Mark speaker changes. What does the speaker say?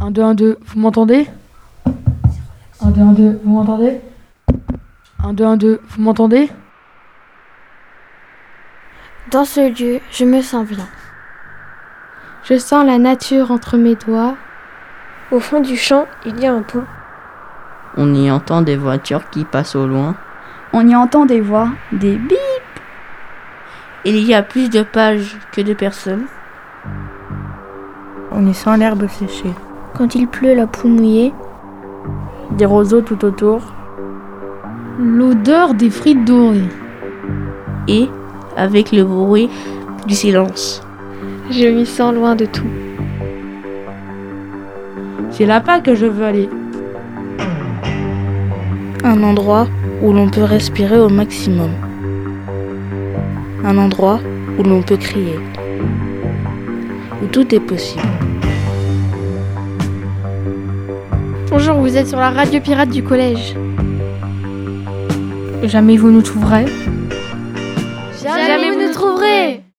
Speaker 1: 1, 2, 1, 2, vous m'entendez 1, 2, 1, 2, vous m'entendez 1, 2, 1, 2, vous m'entendez
Speaker 2: Dans ce lieu, je me sens bien. Je sens la nature entre mes doigts.
Speaker 3: Au fond du champ, il y a un pont.
Speaker 4: On y entend des voitures qui passent au loin.
Speaker 5: On y entend des voix, des bip.
Speaker 6: Il y a plus de pages que de personnes.
Speaker 7: On y sent l'herbe séchée.
Speaker 8: Quand il pleut, la poule mouillée.
Speaker 9: Des roseaux tout autour.
Speaker 10: L'odeur des frites dorées.
Speaker 6: Et, avec le bruit du silence.
Speaker 11: Je m'y sens loin de tout.
Speaker 12: C'est là-bas que je veux aller.
Speaker 13: Un endroit où l'on peut respirer au maximum. Un endroit où l'on peut crier. Où tout est possible.
Speaker 2: Bonjour, vous êtes sur la radio pirate du collège.
Speaker 10: Jamais vous nous trouverez.
Speaker 2: Jamais, Jamais vous nous trouverez.